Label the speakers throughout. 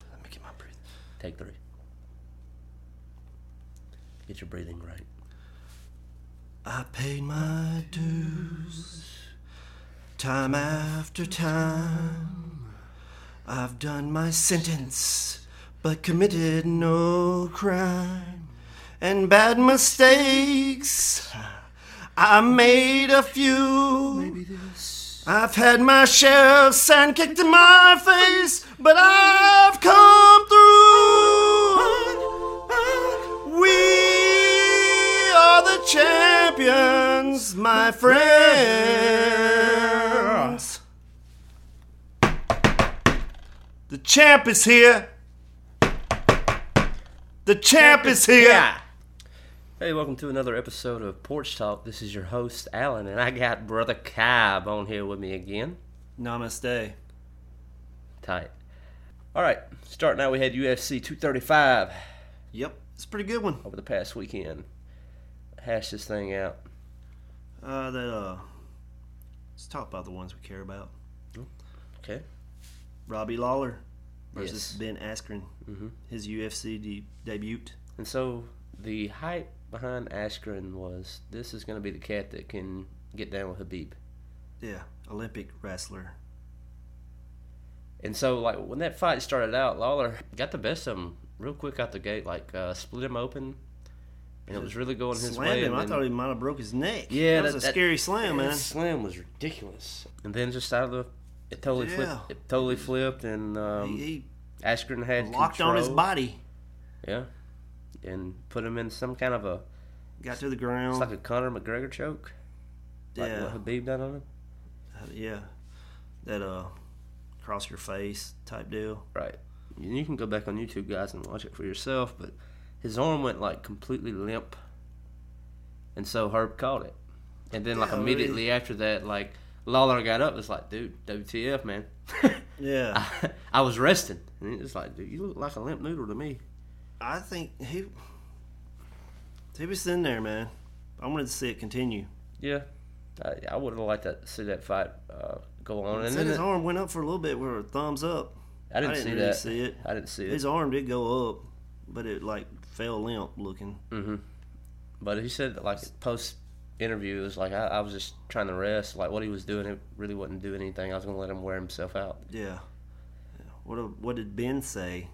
Speaker 1: Let me get my breath. Take three. Get your breathing right.
Speaker 2: I paid my dues time after time. I've done my sentence, but committed no crime. And bad mistakes, I made a few. I've had my share of sand kicked in my face, but I've come through. We are the champions, my friends. The champ is here. The champ is here.
Speaker 1: Hey, welcome to another episode of Porch Talk. This is your host, Alan, and I got Brother Kybe on here with me again.
Speaker 2: Namaste.
Speaker 1: Tight. All right, starting out, we had UFC 235
Speaker 2: Yep, it's a pretty good one.
Speaker 1: over the past weekend. Hash this thing out.
Speaker 2: Uh, that uh, let's talk about the ones we care about.
Speaker 1: Okay.
Speaker 2: Robbie Lawler versus
Speaker 1: Yes. Mm-hmm.
Speaker 2: Ben Askren, his UFC de- debut.
Speaker 1: And so the hype behind Askren was this is going to be the cat that can get down with Habib.
Speaker 2: Yeah, Olympic wrestler.
Speaker 1: And so, like when that fight started out, Lawler got the best of him real quick out the gate. Like uh, split him open, and it was really going his
Speaker 2: Slammed
Speaker 1: way.
Speaker 2: him.
Speaker 1: and
Speaker 2: I
Speaker 1: then-
Speaker 2: thought he might have broke his neck.
Speaker 1: yeah,
Speaker 2: that, was a scary slam,
Speaker 1: that
Speaker 2: man.
Speaker 1: Slam was ridiculous. And then just out of the, it totally
Speaker 2: Yeah.
Speaker 1: flipped. It totally flipped, and um,
Speaker 2: he,
Speaker 1: Askren
Speaker 2: he
Speaker 1: had
Speaker 2: locked on his
Speaker 1: control.
Speaker 2: body,
Speaker 1: Yeah, and put him in some kind of a
Speaker 2: got to the ground.
Speaker 1: it's like a Conor McGregor choke, like
Speaker 2: yeah,
Speaker 1: what Habib done on him.
Speaker 2: yeah, that uh, cross your face type deal.
Speaker 1: Right. And you can go back on YouTube, guys, and watch it for yourself. But his arm went like completely limp, and so Herb caught it. And then, like
Speaker 2: Yeah,
Speaker 1: immediately after that, like Lawler got up, and was like, "Dude, WTF, man?
Speaker 2: Yeah,
Speaker 1: I was resting." And it's like, "Dude, you look like a limp noodle to me."
Speaker 2: I think he he was in there, man. I wanted to see it continue.
Speaker 1: Yeah, I, I would have liked to see that fight uh, go on. And
Speaker 2: Said
Speaker 1: then
Speaker 2: his
Speaker 1: it-
Speaker 2: arm went up for a little bit with a thumbs up.
Speaker 1: I didn't,
Speaker 2: I didn't
Speaker 1: see
Speaker 2: really
Speaker 1: that.
Speaker 2: see it.
Speaker 1: I didn't see it.
Speaker 2: His arm did go up, but it like fell limp looking.
Speaker 1: But he said that, like post interview, it was like I, I was just trying to rest. Like what he was doing, it really wasn't doing anything. I was gonna let him wear himself out.
Speaker 2: Yeah. What a, what did Ben say?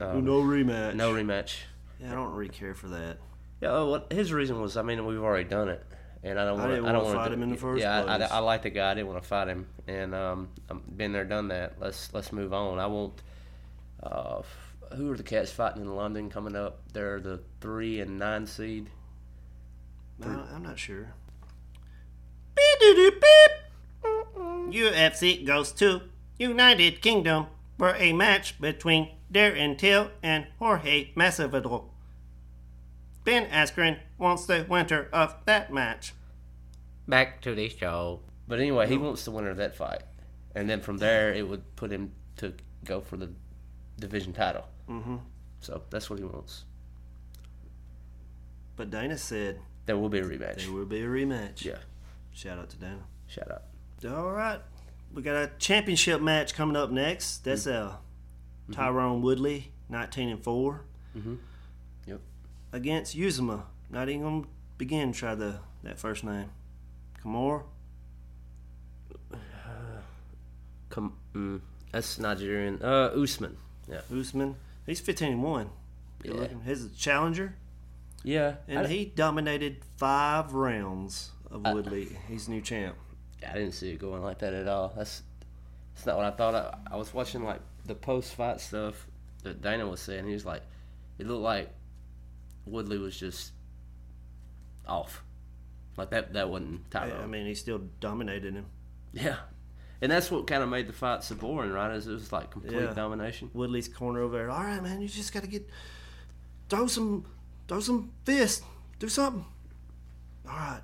Speaker 1: Um,
Speaker 2: no rematch.
Speaker 1: No rematch.
Speaker 2: yeah, I don't really care for that.
Speaker 1: Yeah, well, what his reason was, I mean, we've already done it, and I don't want.
Speaker 2: didn't
Speaker 1: I
Speaker 2: wanna
Speaker 1: don't want
Speaker 2: fight him in the first
Speaker 1: yeah, I- I,
Speaker 2: place.
Speaker 1: I like the guy. I didn't want to fight him, and um, I've been there, done that. Let's let's move on. I won't. Uh, f- who are the cats fighting in London coming up? They're the three and nine seed.
Speaker 2: I, I'm not sure. Beep-de-doo-beep. UFC goes to United Kingdom for a match between Darren Till and Jorge Masvidal. Ben Askren wants the winner of that match.
Speaker 1: Back to the show. But anyway, he wants the winner of that fight, and then from there it would put him to go for the division title. Mm-hmm. So that's what he wants.
Speaker 2: But Dana said
Speaker 1: There will be a rematch.
Speaker 2: there will be a rematch.
Speaker 1: Yeah.
Speaker 2: Shout out to Dana.
Speaker 1: Shout out.
Speaker 2: All right. We got a championship match coming up next. That's uh,
Speaker 1: Mm-hmm.
Speaker 2: Tyrone Woodley, 19 and 4,
Speaker 1: Yep.
Speaker 2: against Uzuma. Not even going to begin to try the that first name. Kamor?
Speaker 1: Come, mm, that's Nigerian. Uh, Usman. Yeah,
Speaker 2: Usman. He's 15 and 1. Good
Speaker 1: Yeah.
Speaker 2: looking. He's a challenger,
Speaker 1: yeah.
Speaker 2: and
Speaker 1: I,
Speaker 2: he dominated five rounds of Woodley. He's new champ.
Speaker 1: I didn't see it going like that at all. That's that's not what I thought. I, I was watching like the post fight stuff that Dana was saying. He was like, it looked like Woodley was just off. Like that. That wasn't
Speaker 2: I,
Speaker 1: Tyrone.
Speaker 2: I mean, he still dominated him.
Speaker 1: Yeah. and that's what kind of made the fight so boring, right? Is it was like complete
Speaker 2: Yeah.
Speaker 1: domination.
Speaker 2: Woodley's corner over there. All right, man, you just gotta get throw some throw some fist, do something. All right.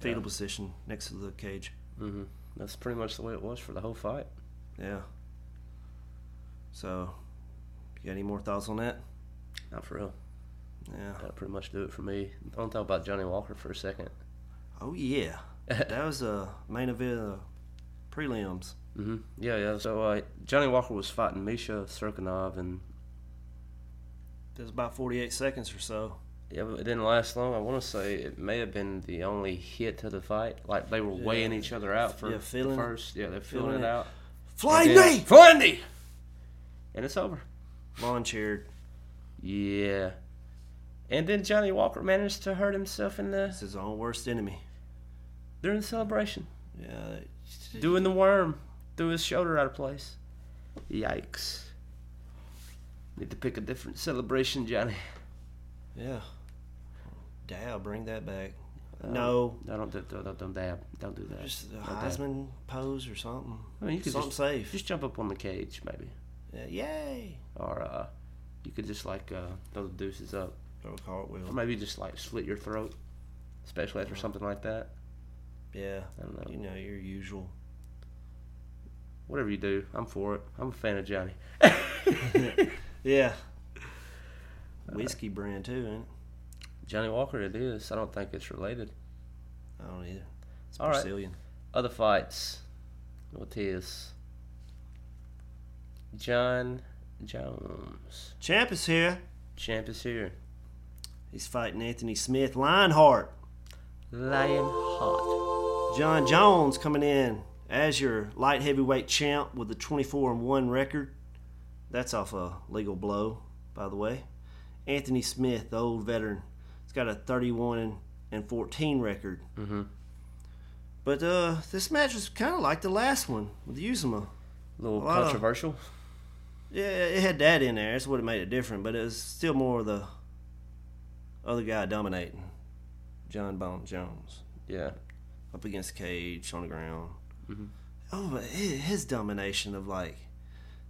Speaker 2: Fetal position next to the cage.
Speaker 1: That's pretty much the way it was for the whole fight.
Speaker 2: Yeah. So, you got any more thoughts on that?
Speaker 1: Not for real.
Speaker 2: Yeah.
Speaker 1: That'll pretty much do it for me. I want to talk about Johnny Walker for a second.
Speaker 2: Oh yeah. that was a main event of the prelims.
Speaker 1: hmm Yeah, yeah. So uh, Johnny Walker was fighting Misha Serkinov, and
Speaker 2: That's about 48 seconds or so.
Speaker 1: yeah, but it didn't last long. I want to say it may have been the only hit to the fight. Like they were weighing each other out for
Speaker 2: Yeah, feeling-
Speaker 1: the first. Yeah, they're feeling,
Speaker 2: feeling
Speaker 1: it
Speaker 2: it.
Speaker 1: out.
Speaker 2: Fly
Speaker 1: And then-
Speaker 2: knee!
Speaker 1: Flying knee! And it's over.
Speaker 2: Vaughn cheered.
Speaker 1: Yeah. And then Johnny Walker managed to hurt himself in the
Speaker 2: It's his own worst enemy.
Speaker 1: during the celebration,
Speaker 2: Yeah.
Speaker 1: doing the worm, threw his shoulder out of place. Yikes! Need to pick a different celebration, Johnny.
Speaker 2: Yeah. Dab, bring that back.
Speaker 1: Oh.
Speaker 2: no.
Speaker 1: No, don't do, don't, don't, don't dab. Don't do that.
Speaker 2: Just a
Speaker 1: Don't dab.
Speaker 2: Heisman pose or something.
Speaker 1: I mean, you could
Speaker 2: something
Speaker 1: just,
Speaker 2: safe.
Speaker 1: just jump up on the cage, maybe,
Speaker 2: yeah, yay!
Speaker 1: or uh, you could just like uh, throw the deuces up,
Speaker 2: Throw a cartwheel.
Speaker 1: or maybe just like slit your throat, especially after something like that.
Speaker 2: yeah.
Speaker 1: I don't know.
Speaker 2: Uh-huh. You know, your usual.
Speaker 1: Whatever you do, I'm for it. I'm a fan of Johnny.
Speaker 2: Yeah. Whiskey brand, too, ain't it?
Speaker 1: Johnny Walker, it is. I don't think it's related.
Speaker 2: I don't either. It's
Speaker 1: All right.
Speaker 2: Brazilian.
Speaker 1: Other fights. What is? John Jones.
Speaker 2: Champ is here.
Speaker 1: Champ is here.
Speaker 2: He's fighting Anthony Smith. Lionheart.
Speaker 1: Lion hot.
Speaker 2: John Jones coming in as your light heavyweight champ with a 24 and 1 record. That's off a legal blow, by the way. Anthony Smith, the old veteran, he's got a 31 and 14 record. Mm-hmm. But uh, this match was kind of like the last one with Uzuma.
Speaker 1: A little
Speaker 2: lot of-
Speaker 1: controversial.
Speaker 2: Yeah, it had that in there. That's what it made it different. But it was still more of the other guy dominating. John Bone Jones.
Speaker 1: Yeah.
Speaker 2: up against the cage on the ground. Oh, but hi- his domination of like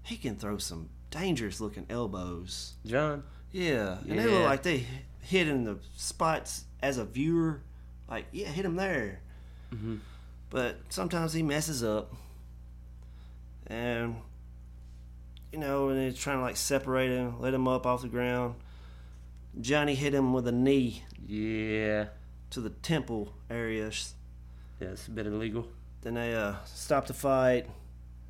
Speaker 2: he can throw some dangerous looking elbows.
Speaker 1: John.
Speaker 2: Yeah, and they look
Speaker 1: Yeah.
Speaker 2: like they hi- hit in the spots as a viewer. Like yeah, hit him there. But sometimes he messes up, and you know, and they're trying to like separate him, let him up off the ground. Johnny hit him with a knee
Speaker 1: Yeah.
Speaker 2: to the temple area.
Speaker 1: Yeah, it's a bit illegal.
Speaker 2: Then they uh, stopped the fight.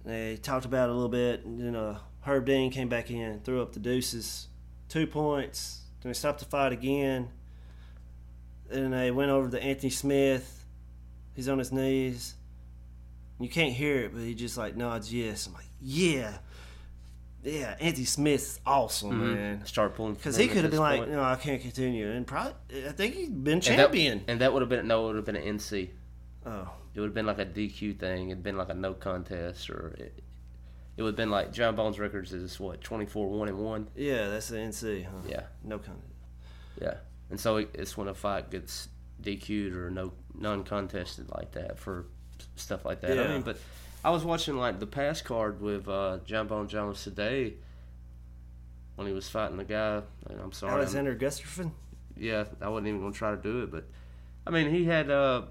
Speaker 2: They talked about it a little bit. And then uh, Herb Dean came back in, threw up the deuces, two points. Then they stopped the fight again. Then they went over to Anthony Smith. He's on his knees. You can't hear it, but he just like nods yes. I'm like, yeah, yeah. Anthony Smith's awesome, man.
Speaker 1: Start pulling.
Speaker 2: Because
Speaker 1: from
Speaker 2: he
Speaker 1: him
Speaker 2: could
Speaker 1: Mm-hmm. at
Speaker 2: have
Speaker 1: this
Speaker 2: been like,
Speaker 1: point.
Speaker 2: no, I can't continue. And probably, I think he's been
Speaker 1: And that-
Speaker 2: champion.
Speaker 1: And that would have been no, it would have been an NC.
Speaker 2: oh,
Speaker 1: It would have been like a DQ thing. It'd been like a no contest, or it, it would have been like John Bones Records is what twenty four one and one.
Speaker 2: yeah, that's the NC, huh?
Speaker 1: Yeah,
Speaker 2: No comment.
Speaker 1: yeah. And so it, it's when a fight gets DQ'd or no non contested like that for stuff like that. I
Speaker 2: Yeah.
Speaker 1: mean, but I was watching like the pass card with uh, John Bone Jones today when he was fighting the guy. and I'm sorry, I'm-
Speaker 2: Alexander Gustafson.
Speaker 1: yeah, I wasn't even gonna try to do it, but I mean, he had uh,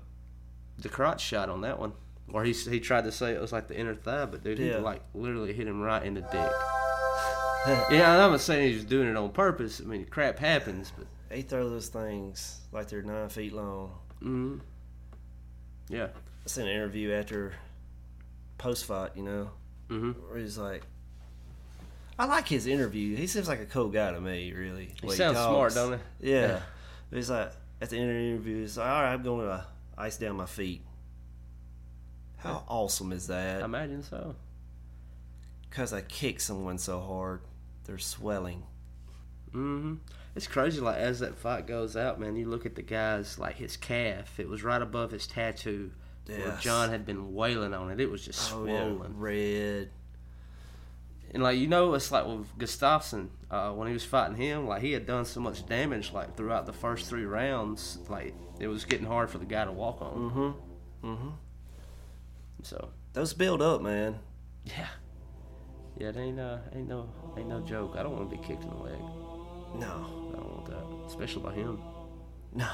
Speaker 1: the crotch shot on that one, or he he tried to say it was like the inner thigh, but dude,
Speaker 2: Yeah.
Speaker 1: he like literally hit him right in the dick. yeah, and I'm not saying he was doing it on purpose. I mean, crap happens, but
Speaker 2: They throw those things like they're nine feet long.
Speaker 1: mm, yeah,
Speaker 2: I seen an interview after post fight, you know, mm-hmm. where he's like, "I like his interview. He seems like a cool guy to me, really." He
Speaker 1: sounds smart, don't
Speaker 2: he? Yeah. But he's like at the end of the interview, he's like, "All right, I'm going to ice down my feet." How awesome is
Speaker 1: I
Speaker 2: that?
Speaker 1: imagine so.
Speaker 2: Because I kicked someone so hard, they're swelling.
Speaker 1: hmm It's crazy. Like as that fight goes out, man, you look at the guy's like his calf. It was right above his tattoo. Where
Speaker 2: Yes.
Speaker 1: John had been wailing on it. It was just
Speaker 2: Oh
Speaker 1: swollen.
Speaker 2: yeah, red.
Speaker 1: And like you know, it's like with Gustafsson uh, when he was fighting him, like he had done so much damage like throughout the first three rounds, like it was getting hard for the guy to walk on. Mm-hmm. Mm-hmm. So
Speaker 2: Those build up, man.
Speaker 1: yeah, yeah, it ain't uh, ain't no ain't no joke. I don't want to be kicked in the leg.
Speaker 2: No,
Speaker 1: I don't want that, especially by him.
Speaker 2: no.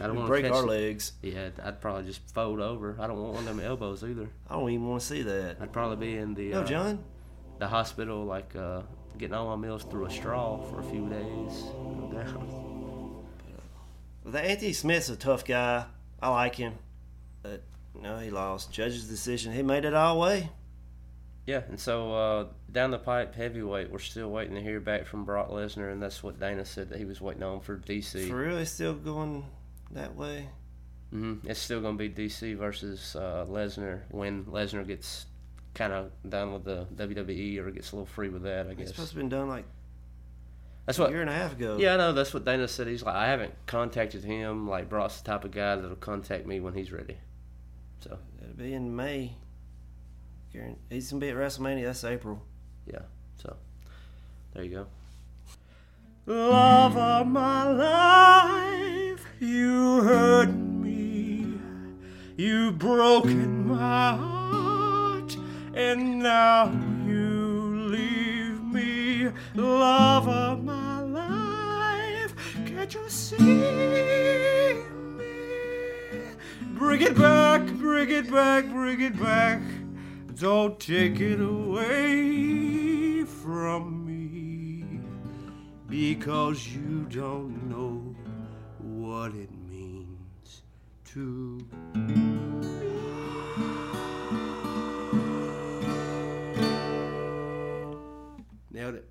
Speaker 1: I don't
Speaker 2: We
Speaker 1: wanna
Speaker 2: break
Speaker 1: catch
Speaker 2: our
Speaker 1: it.
Speaker 2: legs.
Speaker 1: Yeah, I'd probably just fold over. I don't want one of them elbows either.
Speaker 2: I don't even want to see that.
Speaker 1: I'd probably be in the
Speaker 2: No,
Speaker 1: uh,
Speaker 2: John.
Speaker 1: the hospital, like uh, getting all my meals through a straw for a few days. No doubt.
Speaker 2: The Anthony Smith's a tough guy. I like him, but no, he lost. Judge's decision. He made it all way.
Speaker 1: Yeah, and so uh, down the pipe, heavyweight, we're still waiting to hear back from Brock Lesnar, and that's what Dana said that he was waiting on for DC.
Speaker 2: For real, he's still going that way.
Speaker 1: hmm It's still going to be DC versus uh, Lesnar when Lesnar gets kind of done with the WWE or gets a little free with that, I
Speaker 2: It's
Speaker 1: guess.
Speaker 2: supposed to have been done like
Speaker 1: That's
Speaker 2: a
Speaker 1: what
Speaker 2: year and a half ago.
Speaker 1: Yeah, I know. That's what Dana said. He's like, I haven't contacted him. Like, Brock's the type of guy that'll contact me when he's ready. So,
Speaker 2: It'll be in May. Guaran- He's gonna be at WrestleMania. That's April.
Speaker 1: yeah. So, there you go. Love of my life, you hurt me. You broken my heart, and now you leave me. Love of my life, can't you see me? Bring it back, bring it back, bring it back. Don't take it away from me because you don't know what it means to nailed it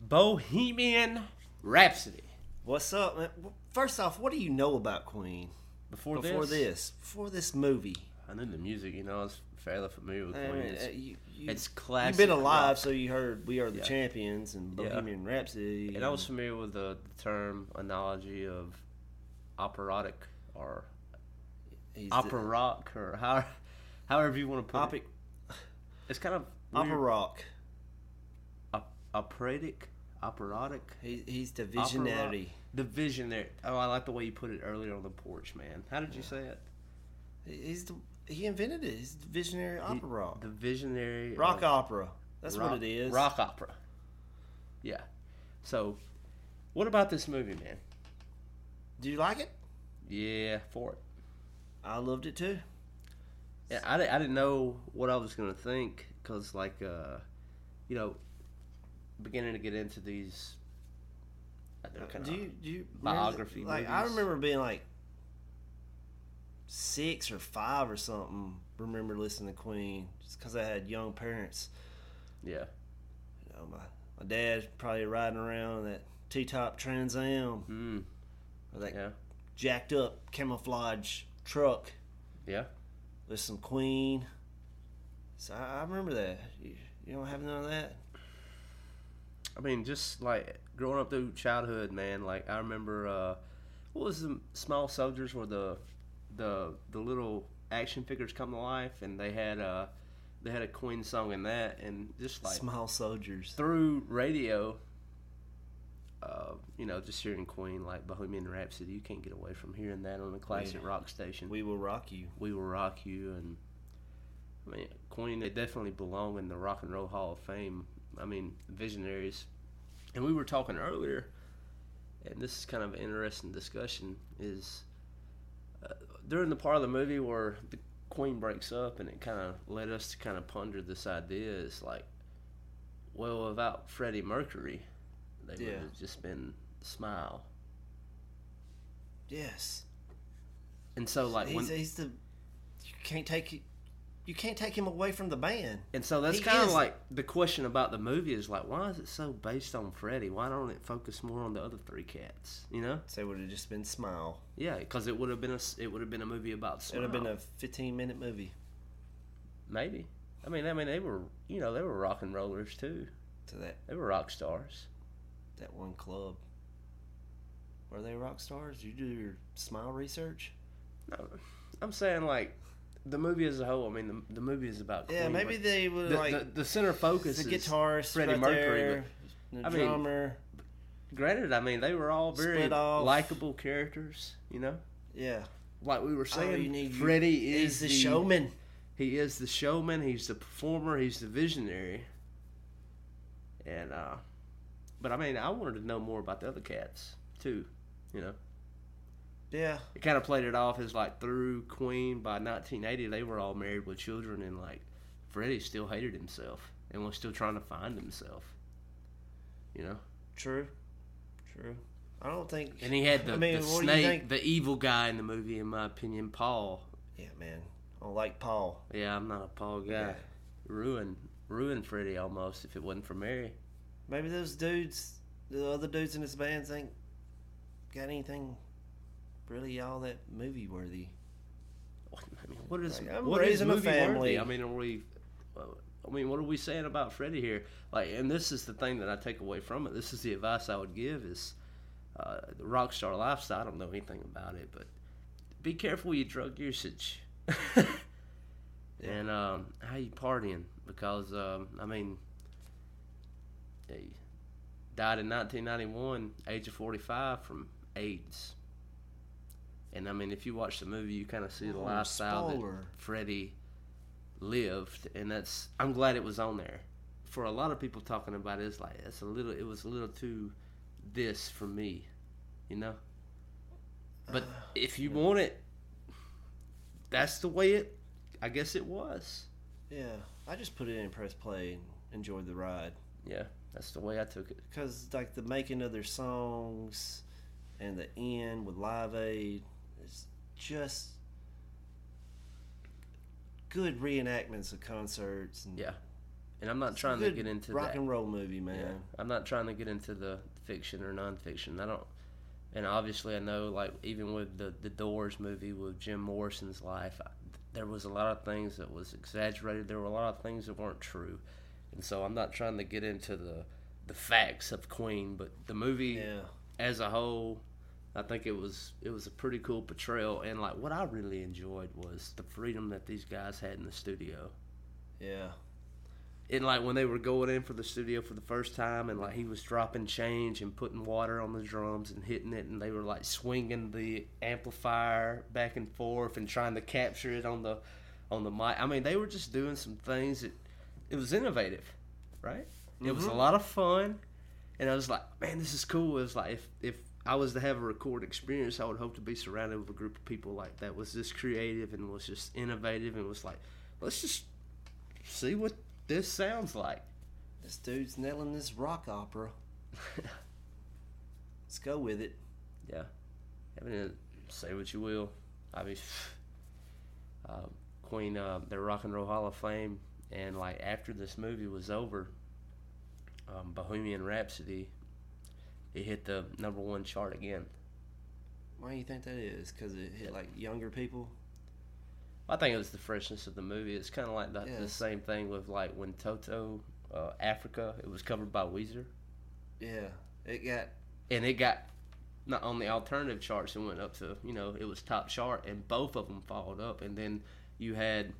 Speaker 1: bohemian rhapsody
Speaker 2: What's up, man? W- First off, what do you know about Queen
Speaker 1: before,
Speaker 2: before this? Before this movie,
Speaker 1: i knew the music you know i was fairly familiar with
Speaker 2: I mean,
Speaker 1: Queen. It's-
Speaker 2: uh, you, you,
Speaker 1: it's classic
Speaker 2: You've been alive,
Speaker 1: rock.
Speaker 2: so you heard "We Are the
Speaker 1: Yeah.
Speaker 2: Champions" and
Speaker 1: Yeah.
Speaker 2: Bohemian Rhapsody.
Speaker 1: And I was familiar with the, the term analogy of operatic or
Speaker 2: He's the-
Speaker 1: opera rock or how, however you want to put
Speaker 2: Opera,
Speaker 1: it. It's kind of
Speaker 2: opera
Speaker 1: weird.
Speaker 2: rock.
Speaker 1: Op- operatic, operatic,
Speaker 2: He, he's the
Speaker 1: opera rock.
Speaker 2: visionary.
Speaker 1: the visionary. Oh, I like the way you put it earlier on the porch, man. How did you say it?
Speaker 2: He- He's the, he invented it. He's the visionary
Speaker 1: The-
Speaker 2: opera rock.
Speaker 1: The visionary
Speaker 2: rock
Speaker 1: of-
Speaker 2: opera. That's
Speaker 1: rock-
Speaker 2: what it is.
Speaker 1: Rock opera. Yeah. So, what about this movie, man?
Speaker 2: Do you like it?
Speaker 1: Yeah, for it.
Speaker 2: I loved it too.
Speaker 1: Yeah, I, di- I didn't know what I was gonna think because, like, uh, you know, beginning to get into these. uh, I don't kinda-
Speaker 2: do you do you
Speaker 1: biography
Speaker 2: Remember, like I
Speaker 1: movies.
Speaker 2: remember being like six or five or something. Remember listening to Queen just because I had young parents.
Speaker 1: yeah,
Speaker 2: You know, uh, my my dad probably riding around in that T-top Trans Am
Speaker 1: mm,
Speaker 2: or that
Speaker 1: yeah,
Speaker 2: jacked up camouflage truck.
Speaker 1: yeah,
Speaker 2: There's some Queen. So I, I remember that. You, you don't have none of that.
Speaker 1: I mean, just like growing up through childhood, man. Like I remember, uh, what was the Small Soldiers where the the the little action figures come to life, and they had uh they had a Queen song in that, and just like
Speaker 2: Small soldiers.
Speaker 1: through radio, uh, you know, just hearing Queen like Bohemian Rhapsody, you can't get away from hearing that on a classic rock station. We,
Speaker 2: We will rock you.
Speaker 1: will rock you, and I mean, Queen, they definitely belong in the Rock and Roll Hall of Fame. I mean, visionaries. And we were talking earlier, and this is kind of an interesting discussion. Is uh, during the part of the movie where the Queen breaks up, and it kind of led us to kind of ponder this idea: is like, well, without Freddie Mercury, they would
Speaker 2: Yeah.
Speaker 1: have just been Smile.
Speaker 2: Yes.
Speaker 1: And so, like,
Speaker 2: he's,
Speaker 1: when
Speaker 2: he's the you can't take you can't take him away from the band.
Speaker 1: And so that's
Speaker 2: He
Speaker 1: kind of
Speaker 2: is-
Speaker 1: like the question about the movie is like, why is it so based on Freddy? Why don't it focus more on the other three cats? You know?
Speaker 2: So it would have just been Smile.
Speaker 1: Yeah, because it would have been a s- it would have been a movie about
Speaker 2: It
Speaker 1: Smile.
Speaker 2: would have been a 15 minute movie.
Speaker 1: maybe. I mean, I mean, they were you know they were rock and rollers too.
Speaker 2: To that
Speaker 1: They were rock stars.
Speaker 2: that one club. Were they rock stars? You do your Smile research.
Speaker 1: No, I'm saying like the movie as a whole. I mean, the, the movie is about
Speaker 2: Yeah,
Speaker 1: Queen,
Speaker 2: maybe
Speaker 1: but
Speaker 2: they would
Speaker 1: the,
Speaker 2: like
Speaker 1: the, the center focus
Speaker 2: the
Speaker 1: is
Speaker 2: guitarist,
Speaker 1: Freddie
Speaker 2: right
Speaker 1: Mercury.
Speaker 2: there, the
Speaker 1: I mean,
Speaker 2: drummer.
Speaker 1: But granted, I mean they were all very
Speaker 2: Split off.
Speaker 1: likable characters. You know,
Speaker 2: yeah,
Speaker 1: like we were saying,
Speaker 2: Oh, you need-
Speaker 1: Freddie
Speaker 2: he's
Speaker 1: is
Speaker 2: the
Speaker 1: the
Speaker 2: showman.
Speaker 1: He is the showman. He's the performer. He's the visionary. And uh, but I mean, I wanted to know more about the other cats too. You know,
Speaker 2: Yeah.
Speaker 1: it kind of played it off as like through Queen by 1980, they were all married with children, and like Freddie still hated himself and was still trying to find himself. You know,
Speaker 2: True. True. I don't think.
Speaker 1: and he had the,
Speaker 2: I mean,
Speaker 1: the
Speaker 2: what do you
Speaker 1: snake,
Speaker 2: think?
Speaker 1: the evil guy in the movie, in my opinion, Paul.
Speaker 2: Yeah, man. I don't like Paul.
Speaker 1: Yeah, I'm not a Paul guy.
Speaker 2: Yeah.
Speaker 1: Ruined, ruined Freddie almost if it wasn't for Mary.
Speaker 2: Maybe those dudes, the other dudes in this band, ain't got anything really all that movie worthy.
Speaker 1: What- I mean, what is
Speaker 2: Like, I'm
Speaker 1: what is
Speaker 2: raising a
Speaker 1: movie worthy?
Speaker 2: family.
Speaker 1: I mean, are we? uh, I mean, what are we saying about Freddie here? Like, and this is the thing that I take away from it. This is the advice I would give: is uh, the rock star lifestyle. I don't know anything about it, but be careful with your drug usage and um, how you partying, because um, I mean, he died in 1991, age of 45, from AIDS. And I mean, if you watch the movie, you kind of see the
Speaker 2: Oh,
Speaker 1: lifestyle that
Speaker 2: spoiler.
Speaker 1: Freddie lived, and that's I'm glad it was on there. For a lot of people talking about it, it's like it's a little, it was a little too this for me, you know. But
Speaker 2: Uh,
Speaker 1: if you want it, that's the way it. I guess it was.
Speaker 2: Yeah, I just put it in press play and enjoyed the ride.
Speaker 1: Yeah, that's the way I took it.
Speaker 2: Because, like, the making of their songs and the end with Live Aid is just good reenactments of concerts. And
Speaker 1: Yeah, and I'm not
Speaker 2: it's a
Speaker 1: trying to
Speaker 2: good
Speaker 1: get into
Speaker 2: rock
Speaker 1: that.
Speaker 2: and roll movie, man.
Speaker 1: Yeah. I'm not trying to get into the fiction or nonfiction. I don't, and obviously I know like even with the the Doors movie with Jim Morrison's life, I, there was a lot of things that was exaggerated. There were a lot of things that weren't true, and so I'm not trying to get into the the facts of Queen, but the movie
Speaker 2: Yeah.
Speaker 1: as a whole, I think it was it was a pretty cool portrayal. And like what I really enjoyed was the freedom that these guys had in the studio
Speaker 2: Yeah.
Speaker 1: and like when they were going in for the studio for the first time and like he was dropping change and putting water on the drums and hitting it and they were like swinging the amplifier back and forth and trying to capture it on the on the mic i mean they were just doing some things that it was innovative right it was a lot of fun and i was like man this is cool it was like if if i was to have a record experience i would hope to be surrounded with a group of people like that was just creative and was just innovative and was like let's just see what this sounds like.
Speaker 2: This dude's nailing this rock opera. Let's go with it.
Speaker 1: Yeah. I mean, say what you will. I mean, uh, Queen, uh, their Rock and Roll Hall of Fame, and like after this movie was over, um, Bohemian Rhapsody, it hit the number one chart again.
Speaker 2: Why do you think that is? Because it hit like younger people.
Speaker 1: I think it was the freshness of the movie. It's kind of like the, the
Speaker 2: Yes.
Speaker 1: same thing with like when Toto, uh, Africa, it was covered by Weezer.
Speaker 2: Yeah, it got
Speaker 1: and it got not on the alternative charts and went up to you know it was top chart and both of them followed up and then you had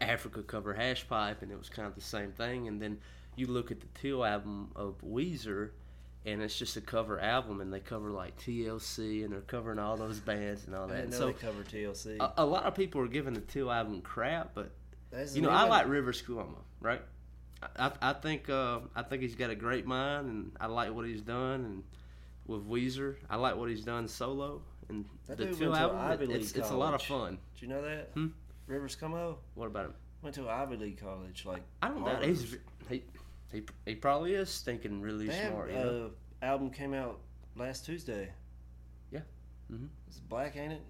Speaker 1: africa cover hash pipe and it was kind of the same thing and then you look at the teal album of weezer and it's just a cover album and they cover like tlc and they're covering all those bands and all
Speaker 2: I
Speaker 1: that
Speaker 2: didn't
Speaker 1: and
Speaker 2: know
Speaker 1: so uh,
Speaker 2: they covered TLC.
Speaker 1: a, a lot of people are giving the teal album crap but
Speaker 2: That's
Speaker 1: you know,
Speaker 2: new
Speaker 1: I
Speaker 2: one.
Speaker 1: like Rivers Cuomo, right? I, I I think uh, I think he's got a great mind, and I like what he's done. And with Weezer, I like what he's done solo and
Speaker 2: That
Speaker 1: the
Speaker 2: dude
Speaker 1: two
Speaker 2: went to
Speaker 1: album.
Speaker 2: Ivy
Speaker 1: it- It's,
Speaker 2: League
Speaker 1: it's a lot of
Speaker 2: college.
Speaker 1: fun.
Speaker 2: Do you know that?
Speaker 1: Hmm?
Speaker 2: Rivers Como
Speaker 1: What about him?
Speaker 2: went to Ivy League college. Like
Speaker 1: I don't
Speaker 2: Harvard.
Speaker 1: know. He's he, he he probably is thinking really
Speaker 2: They have,
Speaker 1: smart. you know?
Speaker 2: uh, album came out last Tuesday.
Speaker 1: Yeah. Mhm.
Speaker 2: It's black, ain't it?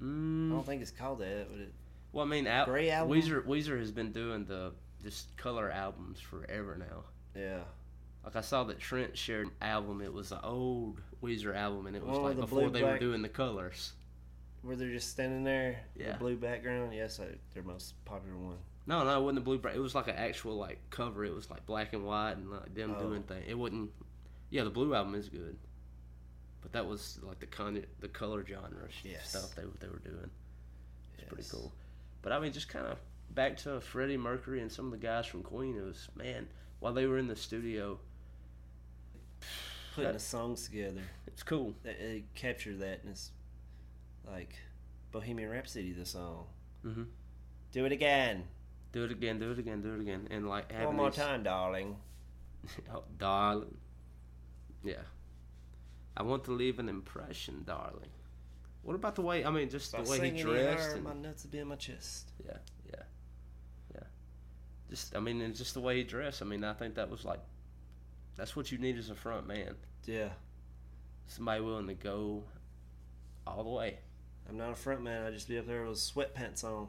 Speaker 2: I
Speaker 1: Mm,
Speaker 2: don't think it's called that, but it.
Speaker 1: well, I mean, al-
Speaker 2: Grey oh, album?
Speaker 1: Weezer Weezer has been doing the just color albums forever now.
Speaker 2: Yeah,
Speaker 1: Like I saw that Trent shared an album. It was an old Weezer album, and it was
Speaker 2: Oh,
Speaker 1: like
Speaker 2: the
Speaker 1: before
Speaker 2: blue,
Speaker 1: they were
Speaker 2: black-
Speaker 1: doing the colors.
Speaker 2: where they're just standing there, yeah.
Speaker 1: Yeah.
Speaker 2: the blue background. Yes, I, their most popular one.
Speaker 1: No, no, it wasn't the blue. Bra- it was like an actual like cover. It was like black and white and like them
Speaker 2: Oh.
Speaker 1: doing things. It wasn't. Yeah, the blue album is good, but that was like the con- the color genre sh-
Speaker 2: Yes.
Speaker 1: stuff they they were doing. It's pretty
Speaker 2: Yes.
Speaker 1: cool. But I mean, just kind of back to Freddie Mercury and some of the guys from Queen. It was man while they were in the studio,
Speaker 2: Putting
Speaker 1: That-
Speaker 2: the songs together,
Speaker 1: it's cool.
Speaker 2: they, they capture that, and it's like Bohemian Rhapsody, the song.
Speaker 1: hmm
Speaker 2: Do it again.
Speaker 1: Do it again, do it again, do it again. And like having
Speaker 2: One more
Speaker 1: these-
Speaker 2: time, darling.
Speaker 1: oh, darling. Yeah. I want to leave an impression, darling. What about the way I mean just
Speaker 2: By
Speaker 1: the way
Speaker 2: singing
Speaker 1: he
Speaker 2: in
Speaker 1: dressed
Speaker 2: air,
Speaker 1: and
Speaker 2: my nuts would be in my chest.
Speaker 1: Yeah, yeah. Yeah. Just I mean and just the way he dressed. I mean I think that was like that's what you need as a front man.
Speaker 2: Yeah.
Speaker 1: Somebody willing to go all the way.
Speaker 2: I'm not a front man. I just be up there with sweatpants on.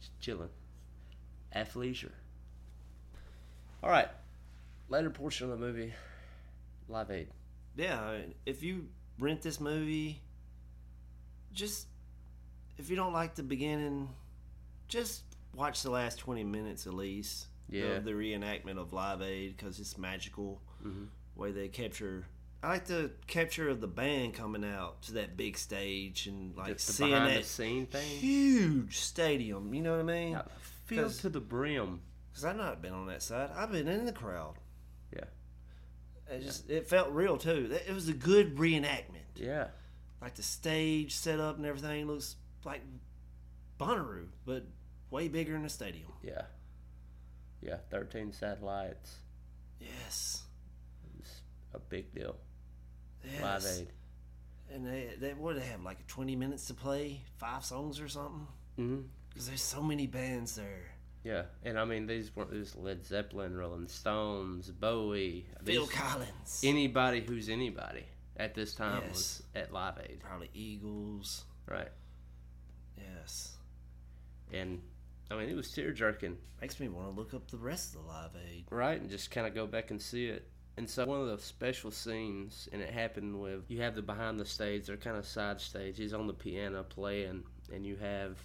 Speaker 1: Just chilling. Athleisure. All right. Later portion of the movie, Live Aid.
Speaker 2: Yeah, I mean, if you rent this movie, just if you don't like the beginning, just watch the last 20 minutes at least
Speaker 1: Yeah.
Speaker 2: of the reenactment of Live Aid because it's magical
Speaker 1: Mm-hmm.
Speaker 2: way they capture. I like the capture of the band coming out to that big stage and like
Speaker 1: Just the
Speaker 2: seeing
Speaker 1: behind the
Speaker 2: that
Speaker 1: scene thing?
Speaker 2: huge stadium. You know what I mean?
Speaker 1: Yeah, filled
Speaker 2: 'Cause-
Speaker 1: to the brim.
Speaker 2: Because I've not been on that side. I've been in the crowd.
Speaker 1: Yeah.
Speaker 2: It just it felt real too. It- It was a good reenactment.
Speaker 1: Yeah.
Speaker 2: like the stage setup and everything looks like Bonnaroo, but way bigger in the stadium.
Speaker 1: Yeah. Yeah. 13 satellites.
Speaker 2: Yes.
Speaker 1: It's a big deal.
Speaker 2: yes.
Speaker 1: Live Aid.
Speaker 2: And they, they what do they have like 20 minutes to play, five songs or something.
Speaker 1: hmm
Speaker 2: Because there's so many bands there.
Speaker 1: Yeah. And I mean, these weren't just Led Zeppelin, Rolling Stones, Bowie.
Speaker 2: Bill
Speaker 1: These-
Speaker 2: Collins,
Speaker 1: anybody who's anybody at this time was
Speaker 2: Yes.
Speaker 1: at Live Aid.
Speaker 2: probably Eagles.
Speaker 1: Right.
Speaker 2: Yes.
Speaker 1: And I mean, it was tear jerking,
Speaker 2: Makes me want to look up the rest of the Live Aid.
Speaker 1: right? And just kind of go back and see it. And so one of the special scenes, and it happened with you have the behind the stage, they're kind of side stage. He's on the piano playing, and you have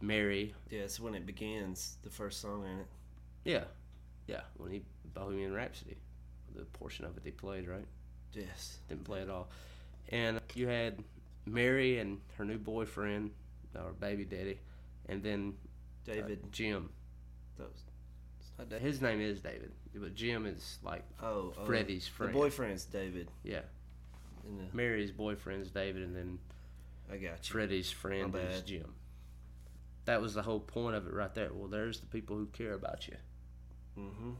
Speaker 1: Mary.
Speaker 2: Yeah, it's when it begins, the first song in it.
Speaker 1: Yeah, yeah. When he Bohemian Rhapsody, the portion of it they played, right?
Speaker 2: Yes.
Speaker 1: Didn't play at all. And you had Mary and her new boyfriend, or baby daddy, and then uh,
Speaker 2: David.
Speaker 1: Jim. Uh,
Speaker 2: that was, it's not David.
Speaker 1: His name is David, but Jim is like
Speaker 2: Oh, oh,
Speaker 1: Freddie's friend.
Speaker 2: The boyfriend's David.
Speaker 1: yeah.
Speaker 2: In the,
Speaker 1: Mary's boyfriend's David, and then
Speaker 2: I got you.
Speaker 1: Freddie's friend
Speaker 2: My
Speaker 1: is
Speaker 2: bad.
Speaker 1: Jim. That was the whole point of it, right there. Well, there's the people who care about you,
Speaker 2: Mm-hmm.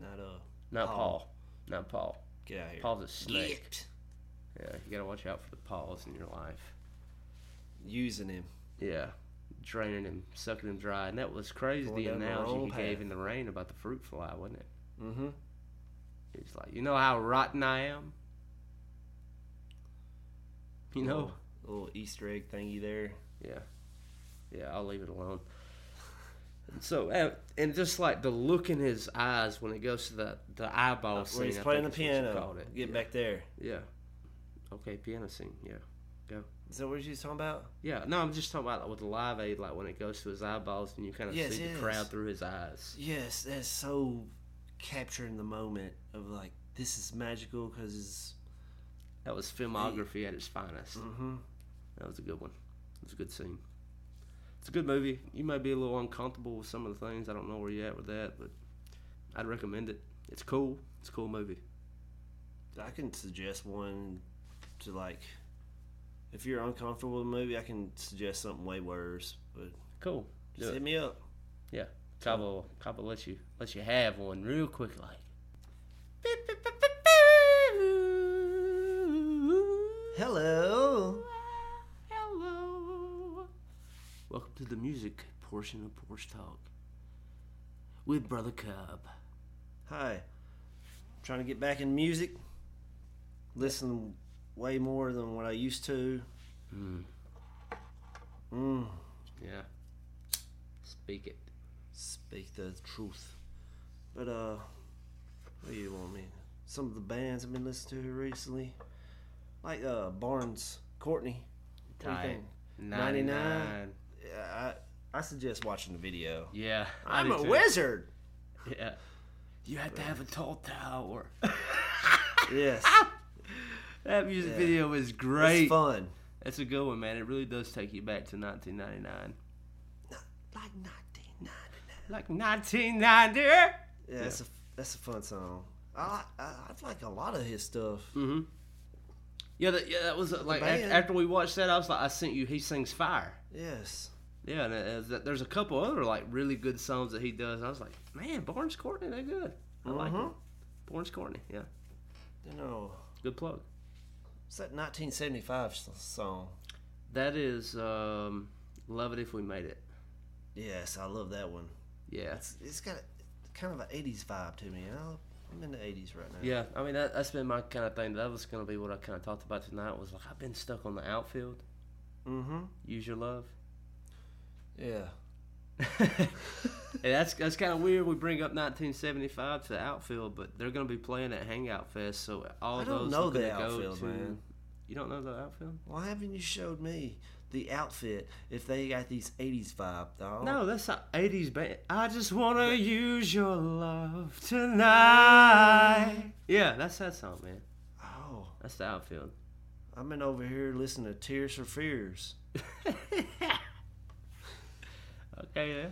Speaker 2: Not uh.
Speaker 1: not Paul,
Speaker 2: Paul.
Speaker 1: not Paul.
Speaker 2: Get out of here.
Speaker 1: Paul's a snake.
Speaker 2: Get.
Speaker 1: Yeah, you gotta watch out for the Pauls in your life.
Speaker 2: Using him.
Speaker 1: Yeah, draining him, sucking him dry, and that was crazy.
Speaker 2: Going
Speaker 1: the
Speaker 2: down the
Speaker 1: analogy
Speaker 2: wrong
Speaker 1: he gave
Speaker 2: path.
Speaker 1: in the rain about the fruit fly, wasn't it?
Speaker 2: Mm-hmm.
Speaker 1: He was like, you know how rotten I am. You know.
Speaker 2: Little Easter egg thingy there.
Speaker 1: Yeah. Yeah, I'll leave it alone. And so, and, and just like the look in his eyes when it goes to the, the eyeball scene.
Speaker 2: Where he's
Speaker 1: I
Speaker 2: playing the
Speaker 1: think is what you called
Speaker 2: piano.
Speaker 1: it.
Speaker 2: Get
Speaker 1: yeah.
Speaker 2: back there.
Speaker 1: Yeah. Okay, piano scene. Yeah. Go.
Speaker 2: Is that what you was talking about?
Speaker 1: Yeah, no, I'm just talking about with the live aid, like when it goes to his eyeballs and you kind of
Speaker 2: Yes,
Speaker 1: see the
Speaker 2: yes.
Speaker 1: crowd through his eyes.
Speaker 2: Yes, that's so capturing the moment of like this is magical because it's
Speaker 1: That was filmography at its finest.
Speaker 2: mm-hmm.
Speaker 1: That was a good one. It was a good scene. It's a good movie. You might be a little uncomfortable with some of the things. I don't know where you're at with that, but I'd recommend it. It's cool. It's a cool movie.
Speaker 2: I can suggest one to like if you're uncomfortable with a movie, I can suggest something way worse. But
Speaker 1: Cool. Do
Speaker 2: just hit
Speaker 1: it.
Speaker 2: me up.
Speaker 1: Yeah. Cabo, Cabo lets you lets you have one real quick, like.
Speaker 2: Hello.
Speaker 1: Hello. Welcome to the music portion of Porch Talk with Brother Cobb.
Speaker 2: Hi. Trying to get back in music. Listen way more than what I used to. Mm.
Speaker 1: Yeah. Speak it.
Speaker 2: Speak the truth. But uh what do you want me? Some of the bands I've been listening to recently. Like uh Barnes Courtney. What do you
Speaker 1: Tight.
Speaker 2: think?
Speaker 1: 99.
Speaker 2: 99. Yeah, I I suggest watching the video.
Speaker 1: Yeah. I
Speaker 2: I'm
Speaker 1: do
Speaker 2: a
Speaker 1: too.
Speaker 2: wizard.
Speaker 1: Yeah. You have to have a tall tower.
Speaker 2: Yes.
Speaker 1: that music
Speaker 2: Yeah.
Speaker 1: video is great.
Speaker 2: it's fun.
Speaker 1: That's a good one, man. It really does take you back to 1999.
Speaker 2: Like 1990.
Speaker 1: Like 1990.
Speaker 2: Yeah, that's a that's a fun song. I I, I like a lot of his stuff.
Speaker 1: Mm-hmm. Yeah, that, yeah, that was uh, like af-
Speaker 2: band.
Speaker 1: after we watched that, I was like, I sent you. He sings fire.
Speaker 2: Yes.
Speaker 1: Yeah, and it- it's that- there's a couple other like really good songs that he does. I was like, man, Barnes Courtney, they good. I like them. Barnes Courtney, yeah,
Speaker 2: You know,
Speaker 1: good plug.
Speaker 2: it's that 1975 s- song.
Speaker 1: That is um, "Love It If We Made It."
Speaker 2: Yes, I love that one.
Speaker 1: Yeah,
Speaker 2: It's, it's got a, kind of an 80s vibe to me. I, I'm in the 80s right now.
Speaker 1: yeah. I mean, that, that's been my kind of thing. That was gonna be what I kind of talked about tonight. Was like I've been stuck on the outfield.
Speaker 2: Mm-hmm.
Speaker 1: Use your love.
Speaker 2: Yeah.
Speaker 1: and that's that's kind of weird. We bring up 1975 to the outfield, but they're going to be playing at Hangout Fest. So all
Speaker 2: I don't
Speaker 1: those
Speaker 2: know
Speaker 1: are gonna
Speaker 2: the outfield,
Speaker 1: go to.
Speaker 2: man.
Speaker 1: You don't know the outfield?
Speaker 2: Why haven't you showed me the outfit if they got these 80s vibe, dog?
Speaker 1: No, that's not 80s band. I just wanna use your love tonight. Yeah, that's that song, man.
Speaker 2: Oh,
Speaker 1: That's the outfield.
Speaker 2: I've been over here listening to Tears for Fears.
Speaker 1: Okay, yeah.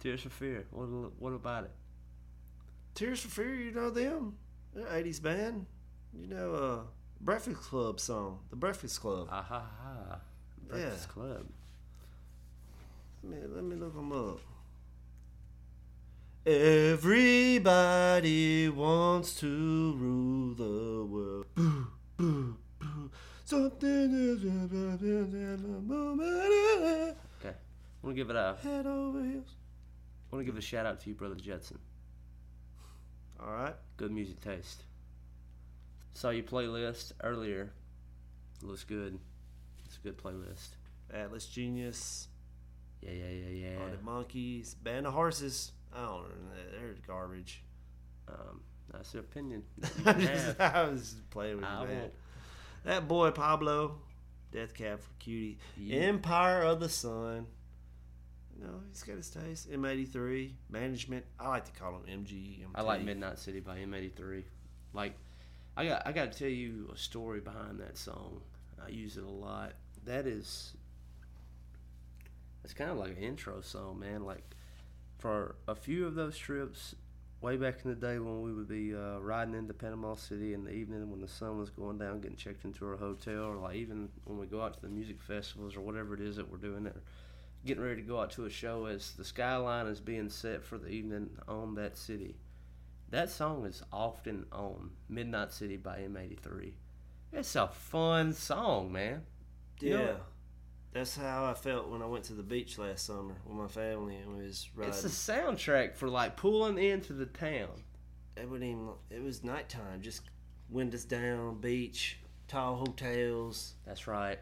Speaker 1: Tears for Fear. What what about it?
Speaker 2: Tears for Fear, you know them? They're 80s band. You know, uh, Breakfast Club song. The Breakfast Club.
Speaker 1: Ah ha ha. Breakfast Club.
Speaker 2: Let me, let me look them up. Everybody wants to rule the world. Boo, boo, boo. Something is head
Speaker 1: Okay. I want to give it a
Speaker 2: over heels.
Speaker 1: want to give a shout out to you, brother Jetson.
Speaker 2: All right.
Speaker 1: Good music taste. Saw your playlist earlier. Looks good. It's a good playlist.
Speaker 2: Atlas Genius,
Speaker 1: Yeah, yeah, yeah, yeah.
Speaker 2: Haunted Monkeys, Band of Horses. I don't know. They're garbage.
Speaker 1: Um, that's your opinion. that you
Speaker 2: I
Speaker 1: can
Speaker 2: just-
Speaker 1: have.
Speaker 2: I was just playing with you,
Speaker 1: I
Speaker 2: man.
Speaker 1: won't.
Speaker 2: That boy Pablo, Death Cab for Cutie,
Speaker 1: Yeah.
Speaker 2: Empire of the Sun. You know, he's got his taste. M83, Management. I like to call him E MGMT.
Speaker 1: I like Midnight City by M83. Like, I got I got to tell you a story behind that song. I use it a lot. That is, it's kind of like an intro song, man. Like, for a few of those trips, way back in the day when we would be uh, riding into Panama City in the evening when the sun was going down, getting checked into our hotel, or like even when we go out to the music festivals or whatever it is that we're doing there getting ready to go out to a show as the skyline is being set for the evening on that city. That song is often on Midnight City by M83. It's a fun song, man. You
Speaker 2: Yeah.
Speaker 1: know
Speaker 2: That's how I felt when I went to the beach last summer with my family and we was riding.
Speaker 1: It's the soundtrack for like pulling into the town.
Speaker 2: it wouldn't even. It was nighttime, just windows down, beach, tall hotels.
Speaker 1: That's right.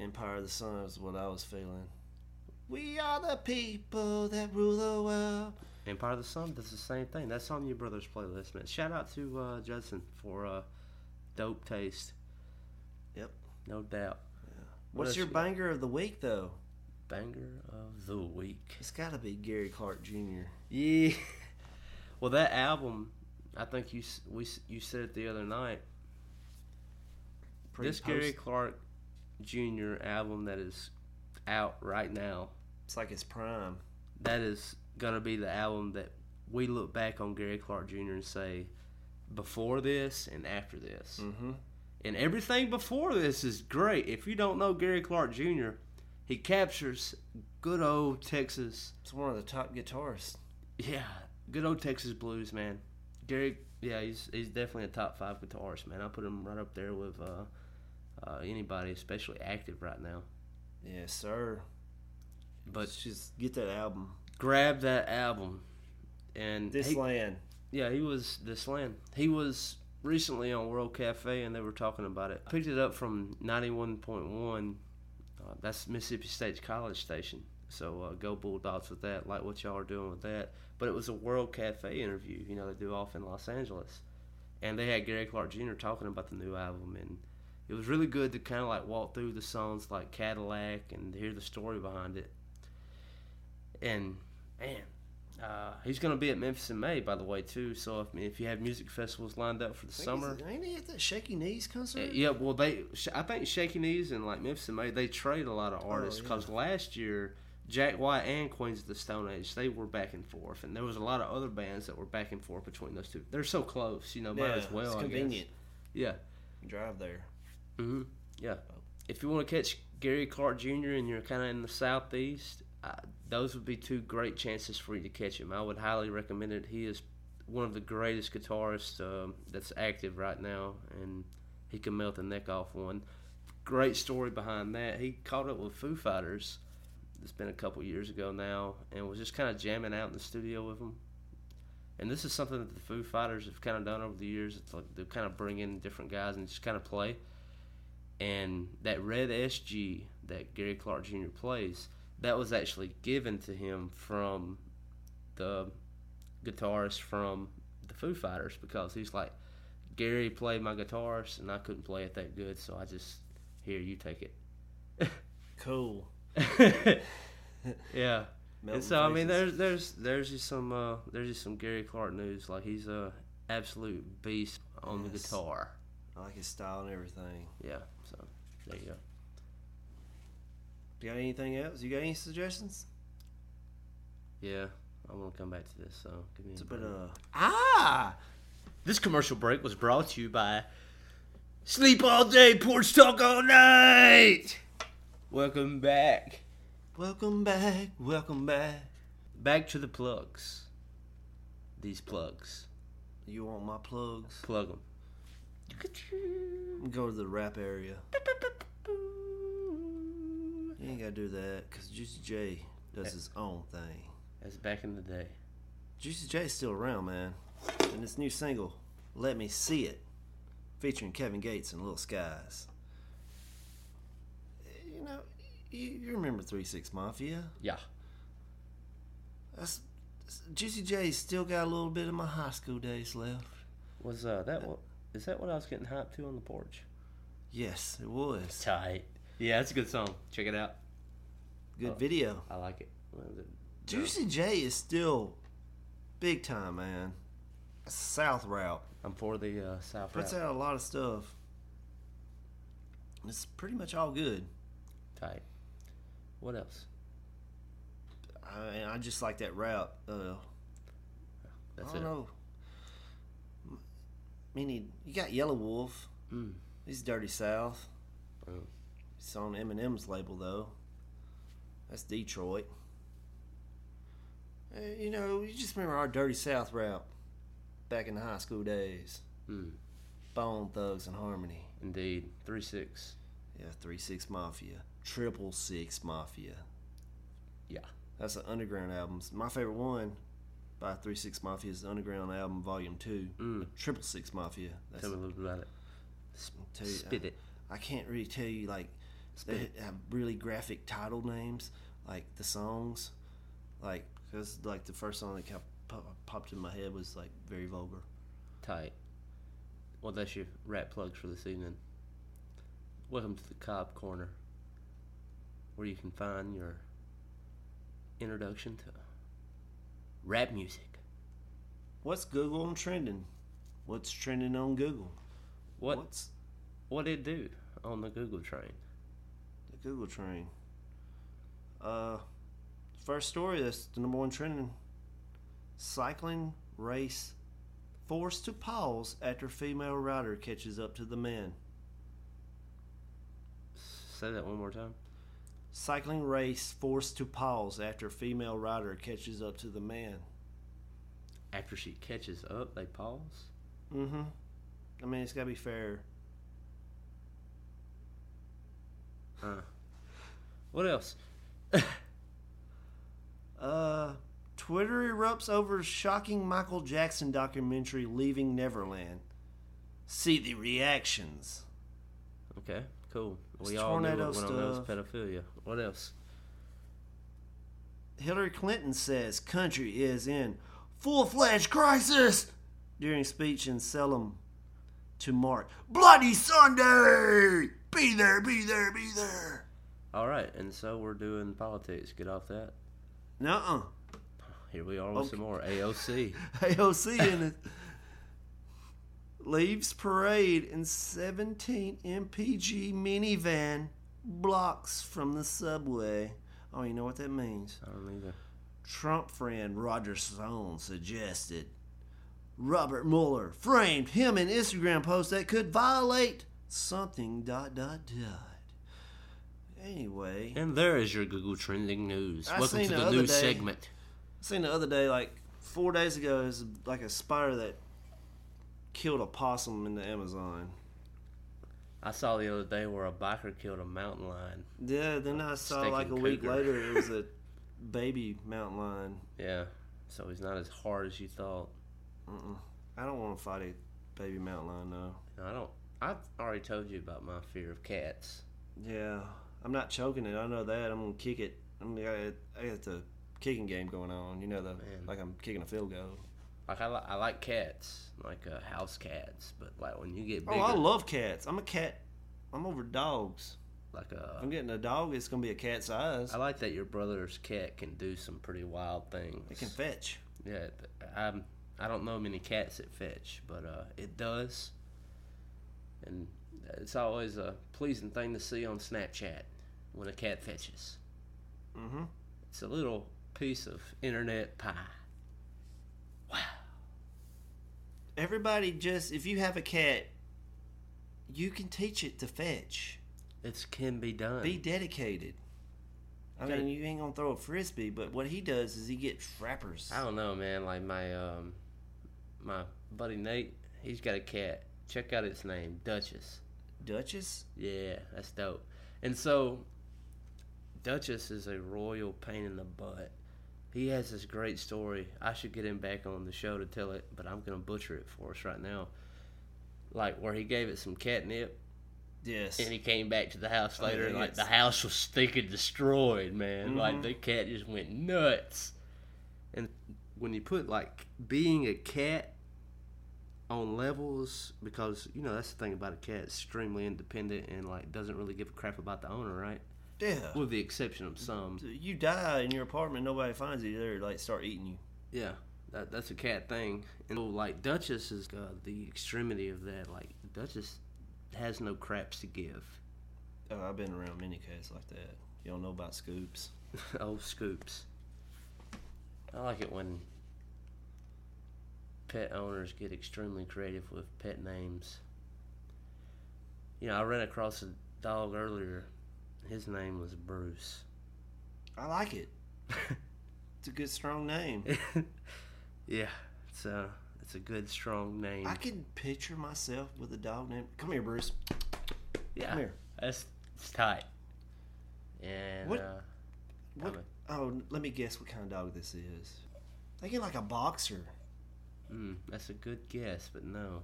Speaker 2: Empire of the Sun is what I was feeling. We are the people that rule the world.
Speaker 1: Empire of the Sun does the same thing. That's on your brother's playlist, man. Shout out to uh, Judson for uh, dope taste,
Speaker 2: Yep.
Speaker 1: no doubt. What
Speaker 2: What's
Speaker 1: else
Speaker 2: your
Speaker 1: you got?
Speaker 2: banger of the week though?
Speaker 1: Banger of the week.
Speaker 2: It's got to be Gary Clark Jr.
Speaker 1: Yeah. Well, that album, I think you s- we s- you said it the other night.
Speaker 2: Pretty
Speaker 1: this Gary
Speaker 2: post-
Speaker 1: Clark Jr. album that is out right now,
Speaker 2: It's like his prime.
Speaker 1: that is gonna be the album that we look back on Gary Clark Jr. and say, before this and after this,
Speaker 2: Mhm.
Speaker 1: and everything before this is great. If you don't know Gary Clark Jr., he captures good old Texas
Speaker 2: It's one of the top guitarists.
Speaker 1: Yeah, good old Texas blues, man. Gary, yeah, he's he's definitely a top five guitarist, man. I put him right up there with uh, uh, anybody, especially active right now.
Speaker 2: Yes, sir.
Speaker 1: But
Speaker 2: Let's just get that album.
Speaker 1: grab that album, and
Speaker 2: This
Speaker 1: he-
Speaker 2: land.
Speaker 1: yeah, he was this land. He was recently on World Cafe, and they were talking about it. I picked it up from ninety one point one. Uh, that's Mississippi State's college station. So uh, go Bulldogs with that. Like what y'all are doing with that. But it was a World Cafe interview. You know they do off in Los Angeles, and they had Gary Clark Jr. talking about the new album, and it was really good to kind of like walk through the songs like Cadillac and hear the story behind it. And man, uh, he's gonna be at Memphis in May, by the way, too. So if, if you have music festivals lined up for the summer,
Speaker 2: Ain't he at that Shaky Knees
Speaker 1: uh,
Speaker 2: concert?
Speaker 1: yeah. Well, they Sh- I think Shaky Knees and like Memphis and May they trade a lot of artists
Speaker 2: Oh, yeah.
Speaker 1: because last year Jack White and Queens of the Stone Age they were back and forth, and there was a lot of other bands that were back and forth between those two. They're so close, you know, might as well.
Speaker 2: It's
Speaker 1: I guess.
Speaker 2: convenient.
Speaker 1: Yeah.
Speaker 2: Drive there.
Speaker 1: hmm Yeah. If you want to catch Gary Clark Jr. and you're kind of in the southeast, I, those would be two great chances for you to catch him. I would highly recommend it. He is one of the greatest guitarists um that's active right now, and he can melt the neck off one. Great story behind that. He caught up with Foo Fighters. It's been a couple years ago now, and was just kind of jamming out in the studio with them. And this is something that the Foo Fighters have kind of done over the years. It's like they kind of bring in different guys and just kind of play and that red SG that Gary Clark Jr. plays, that was actually given to him from the guitarist from the Foo Fighters because he's like, Gary played my guitars and I couldn't play it that good, so I just here you take
Speaker 2: Cool.
Speaker 1: it. yeah.
Speaker 2: Melting
Speaker 1: and so uh, I
Speaker 2: faces.
Speaker 1: mean, there's there's there's just some uh, there's just some Gary Clark news. Like he's a absolute beast on the
Speaker 2: Yes.
Speaker 1: guitar.
Speaker 2: I like his style and everything.
Speaker 1: Yeah. So there you go.
Speaker 2: You got anything else? You got any suggestions?
Speaker 1: Yeah. I want to come back to this. So give me
Speaker 2: It's
Speaker 1: a
Speaker 2: a
Speaker 1: break.
Speaker 2: bit uh, of
Speaker 1: Ah! This commercial break was brought to you by Sleep All Day, Porch Talk All Night! Welcome back.
Speaker 2: welcome back, welcome back.
Speaker 1: Back to the plugs. These plugs.
Speaker 2: You want my plugs?
Speaker 1: Plug them.
Speaker 2: Go to the rap area. You ain't gotta do that, cause Juicy J does his own thing.
Speaker 1: That's back in the day.
Speaker 2: Juicy J's still around, man. And this new single, Let Me See It, featuring Kevin Gates and Lil Skies. You know, you, you remember 3 Six Mafia?
Speaker 1: Yeah.
Speaker 2: That's, Juicy J's still got a little bit of my high school days left.
Speaker 1: Was uh, that what? Is that what I was getting hyped to on the porch?
Speaker 2: Yes, it was.
Speaker 1: Tight. Yeah, that's a good song. Check it out.
Speaker 2: Good video.
Speaker 1: I like it. What is it?
Speaker 2: Juicy J is still big time, man. South route.
Speaker 1: I'm for the uh, South.
Speaker 2: Puts
Speaker 1: route.
Speaker 2: out a lot of stuff. It's pretty much all good.
Speaker 1: Tight. What else?
Speaker 2: I, mean, I just like that route. Uh,
Speaker 1: That's
Speaker 2: I don't
Speaker 1: it.
Speaker 2: know. I mean, he- you got Yellow Wolf.
Speaker 1: Mm.
Speaker 2: He's Dirty South.
Speaker 1: Oh.
Speaker 2: It's on Eminem's label, though. That's Detroit. Uh, you know, you just remember our Dirty South route back in the high school days.
Speaker 1: Mm.
Speaker 2: Bone Thugs and Harmony.
Speaker 1: Indeed. Three six.
Speaker 2: Yeah, Three Six Mafia. Triple Six Mafia.
Speaker 1: Yeah.
Speaker 2: That's the underground albums. My favorite one by Three Six Mafia is the Underground album Volume Two.
Speaker 1: Mm.
Speaker 2: Triple Six Mafia. That's
Speaker 1: Tell me a little bit about it.
Speaker 2: tell you- uh,
Speaker 1: Spit it.
Speaker 2: I can't really tell you like they
Speaker 1: Spit
Speaker 2: have really graphic title names, like the songs, like because like the first song that kept, pop, popped in my head was like very vulgar.
Speaker 1: Tight. Well, that's your rat plugs for this evening. Welcome to the Cobb Corner, where you can find your introduction to rap music.
Speaker 2: What's Google on trending? What's trending on Google?
Speaker 1: What
Speaker 2: What's
Speaker 1: what it do on the Google train?
Speaker 2: the Google train? Uh, first story that's the number one trending. Cycling race forced to pause after female rider catches up to the man.
Speaker 1: Say that one more time.
Speaker 2: Cycling race forced to pause after female rider catches up to the man.
Speaker 1: After she catches up, they pause.
Speaker 2: Mm-hmm. I mean, it's gotta be fair.
Speaker 1: Huh. Uh. What else?
Speaker 2: Uh, Twitter erupts over shocking Michael Jackson documentary "Leaving Neverland." See the reactions.
Speaker 1: Okay, cool.
Speaker 2: It's
Speaker 1: We all knew it
Speaker 2: tornado
Speaker 1: when I was
Speaker 2: stuff.
Speaker 1: pedophilia. What else?
Speaker 2: Hillary Clinton says country is in full-fledged crisis during speech in Salem to mark Bloody Sunday. Be there, be there, be there.
Speaker 1: All right, and so we're doing politics. Get off that.
Speaker 2: Nuh-uh.
Speaker 1: Here we are with some more AOC.
Speaker 2: AOC in it. Leaves parade in 17 MPG minivan blocks from the subway. Oh, you know what that means.
Speaker 1: I don't either.
Speaker 2: Trump friend Roger Stone suggested Robert Mueller framed him an Instagram post that could violate something dot dot dot. Anyway,
Speaker 1: And there is your Google Trending News.
Speaker 2: I
Speaker 1: Welcome
Speaker 2: seen
Speaker 1: to
Speaker 2: the
Speaker 1: the
Speaker 2: other
Speaker 1: news
Speaker 2: day-
Speaker 1: segment.
Speaker 2: seen the other day, like four days ago, is like a spider that killed a possum in the Amazon.
Speaker 1: I saw the other day where a biker killed a mountain lion.
Speaker 2: Yeah, then I saw
Speaker 1: Stinking
Speaker 2: like a week
Speaker 1: cougar.
Speaker 2: later it was a baby mountain lion.
Speaker 1: Yeah, so he's not as hard as you thought.
Speaker 2: I don't want to fight a baby mountain lion though.
Speaker 1: And I don't. I already told you about my fear of cats.
Speaker 2: Yeah, I'm not choking it. I know that. I'm gonna kick it. I'm I, I got the kicking game going on. You know the
Speaker 1: Man.
Speaker 2: like I'm kicking a field goal.
Speaker 1: Like I, li- I like cats, like uh, house cats, but like when you get
Speaker 2: Oh,
Speaker 1: bigger,
Speaker 2: I love cats. I'm a cat. I'm over dogs.
Speaker 1: like
Speaker 2: If
Speaker 1: uh,
Speaker 2: I'm getting a dog. It's gonna be a cat size.
Speaker 1: I like that your brother's cat can do some pretty wild things.
Speaker 2: It can fetch.
Speaker 1: Yeah, th- I'm. I don't know many cats that fetch, but uh, it does, and it's always a pleasing thing to see on Snapchat when a cat fetches.
Speaker 2: Mm-hmm.
Speaker 1: It's a little piece of internet pie.
Speaker 2: Everybody just if you have a cat, you can teach it to fetch.
Speaker 1: It can be done.
Speaker 2: Be dedicated. I
Speaker 1: Gotta-
Speaker 2: mean, you ain't gonna throw a frisbee, but what he does is he gets wrappers.
Speaker 1: I don't know, man. Like my um, my buddy Nate, he's got a cat. Check out its name, Duchess.
Speaker 2: Duchess.
Speaker 1: Yeah, that's dope. And so, Duchess is a royal pain in the butt. He has this great story. I should get him back on the show to tell it, but I'm gonna butcher it for us right now. Like where he gave it some catnip,
Speaker 2: Yes.
Speaker 1: and he came back to the house
Speaker 2: Oh,
Speaker 1: later, and
Speaker 2: yeah,
Speaker 1: like the
Speaker 2: it's-
Speaker 1: house was stinking destroyed, man. Like the cat just went nuts. Mm-hmm. And when you put like being a cat on levels, because you know that's the thing about a cat, it's extremely independent and like doesn't really give a crap about the owner, right?
Speaker 2: yeah.
Speaker 1: With the exception of some.
Speaker 2: You die in your apartment, nobody finds you. They like start eating you.
Speaker 1: Yeah, that, that's a cat thing. And so, like Duchess is uh, the extremity of that. Like Duchess has no craps to give.
Speaker 2: Oh, I've been around many cats like that. You don't know about scoops.
Speaker 1: old scoops. I like it when pet owners get extremely creative with pet names. You know, I ran across a dog earlier. His name was Bruce.
Speaker 2: I like it. it's a good strong name.
Speaker 1: yeah, it's a it's a good strong name.
Speaker 2: I can picture myself with a dog named. Come here, Bruce.
Speaker 1: yeah,
Speaker 2: come here.
Speaker 1: that's it's tight. And
Speaker 2: What-
Speaker 1: Uh,
Speaker 2: What?
Speaker 1: Come
Speaker 2: Oh, let me guess what kind of dog this is. Thinking like a boxer.
Speaker 1: mm, that's a good guess, but no.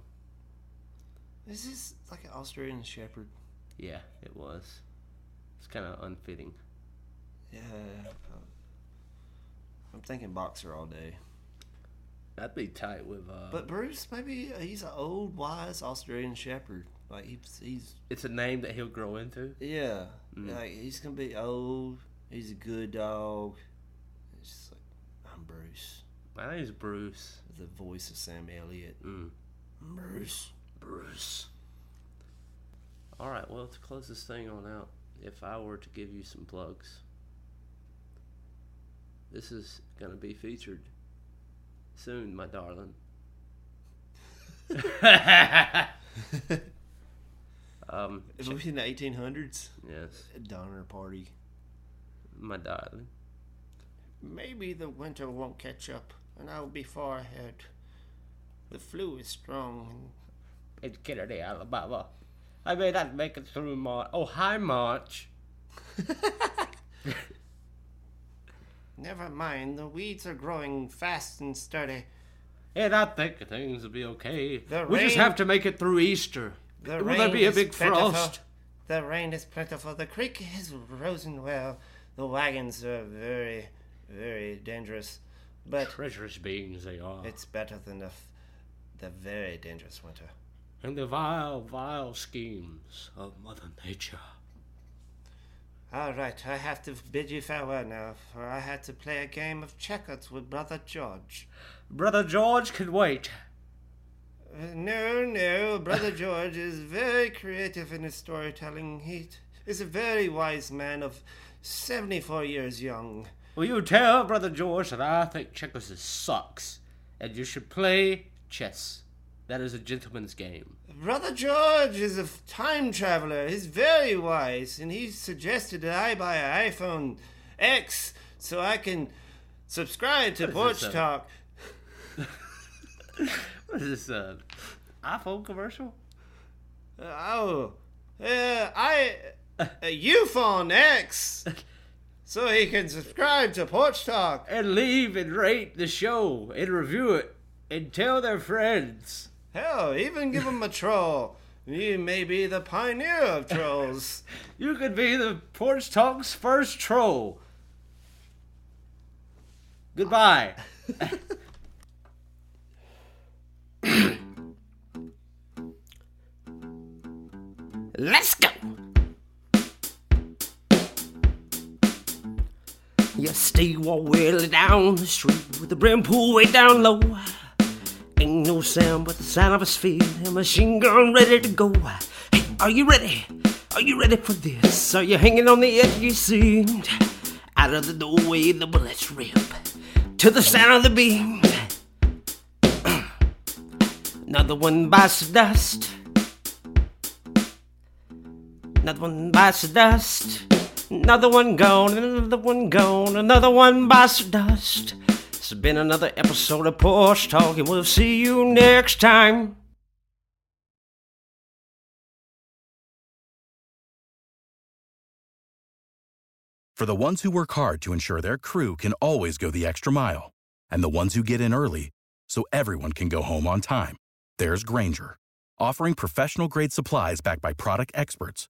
Speaker 2: Is this like an Australian Shepherd?
Speaker 1: Yeah, it was. It's kind of unfitting.
Speaker 2: Yeah. um, I'm thinking boxer all day.
Speaker 1: That'd be tight with uh,
Speaker 2: But Bruce, maybe he's an old, wise Australian Shepherd. Like he's, he's
Speaker 1: It's a name that he'll grow into.
Speaker 2: Yeah.
Speaker 1: Mm.
Speaker 2: Like he's gonna be old. He's a good dog. It's just like I'm Bruce.
Speaker 1: My name's Bruce.
Speaker 2: The voice of Sam Elliott.
Speaker 1: Mm.
Speaker 2: Bruce.
Speaker 1: Bruce. All right. Well, to close this thing on out, if I were to give you some plugs, this is gonna be featured soon, my darling. um.
Speaker 2: Is we in the eighteen hundreds?
Speaker 1: Yes,
Speaker 2: Donner party.
Speaker 1: my darling.
Speaker 3: Maybe the winter won't catch up, and I'll be far ahead. The flu is strong, and
Speaker 1: It's Kennedy, Alabama. I may not make it through March. Oh, hi, March.
Speaker 3: never mind, the weeds are growing fast and sturdy.
Speaker 1: And I think things will be okay.
Speaker 3: The
Speaker 1: we just
Speaker 3: rain-
Speaker 1: have to make it through Easter.
Speaker 3: The
Speaker 1: Will there be a
Speaker 3: is
Speaker 1: big
Speaker 3: plentiful.
Speaker 1: frost?
Speaker 3: The rain is plentiful. The creek has frozen well. The wagons are very, very dangerous, but
Speaker 1: Treacherous beings they are.
Speaker 3: it's better than the, f- the very dangerous winter.
Speaker 1: And the vile, vile schemes of Mother Nature.
Speaker 3: All right, I have to bid you farewell now, for I had to play a game of checkers with Brother George.
Speaker 1: Brother George can wait.
Speaker 3: Uh, no, no, Brother George is very creative in his storytelling. He t- is a very wise man of 74 years young.
Speaker 1: Will you tell Brother George that I think checkers is sucks and you should play chess? That is a gentleman's game.
Speaker 4: Brother George is a f- time traveler. He's very wise, and he suggested that I buy an iPhone X so I can subscribe to Porch
Speaker 1: What is this, uh,
Speaker 4: Talk.
Speaker 1: What is this, uh, iPhone commercial?
Speaker 4: Uh, oh, uh, I uh, you phone X, so he can subscribe to Porch Talk.
Speaker 1: And leave and rate the show and review it and tell their friends.
Speaker 4: Hell, even give him a troll. You may be the pioneer of trolls.
Speaker 1: You could be the Porch Talk's first troll. Goodbye.
Speaker 2: Let's go! You stay all wheeling down the street with the brim pool way down low. Ain't no sound but the sound of his feet and machine gun ready to go. Hey, are you ready? Are you ready for this? Are you hanging on the edge of your seat? Out of the doorway, the bullets rip to the sound of the beam. Another one bites the dust. Another one bites the dust. Another one gone, another one gone, another one bites the dust. It's been another episode of Porch Talk, and we'll see you next time.
Speaker 5: For the ones who work hard to ensure their crew can always go the extra mile, and the ones who get in early so everyone can go home on time, there's Granger, offering professional grade supplies backed by product experts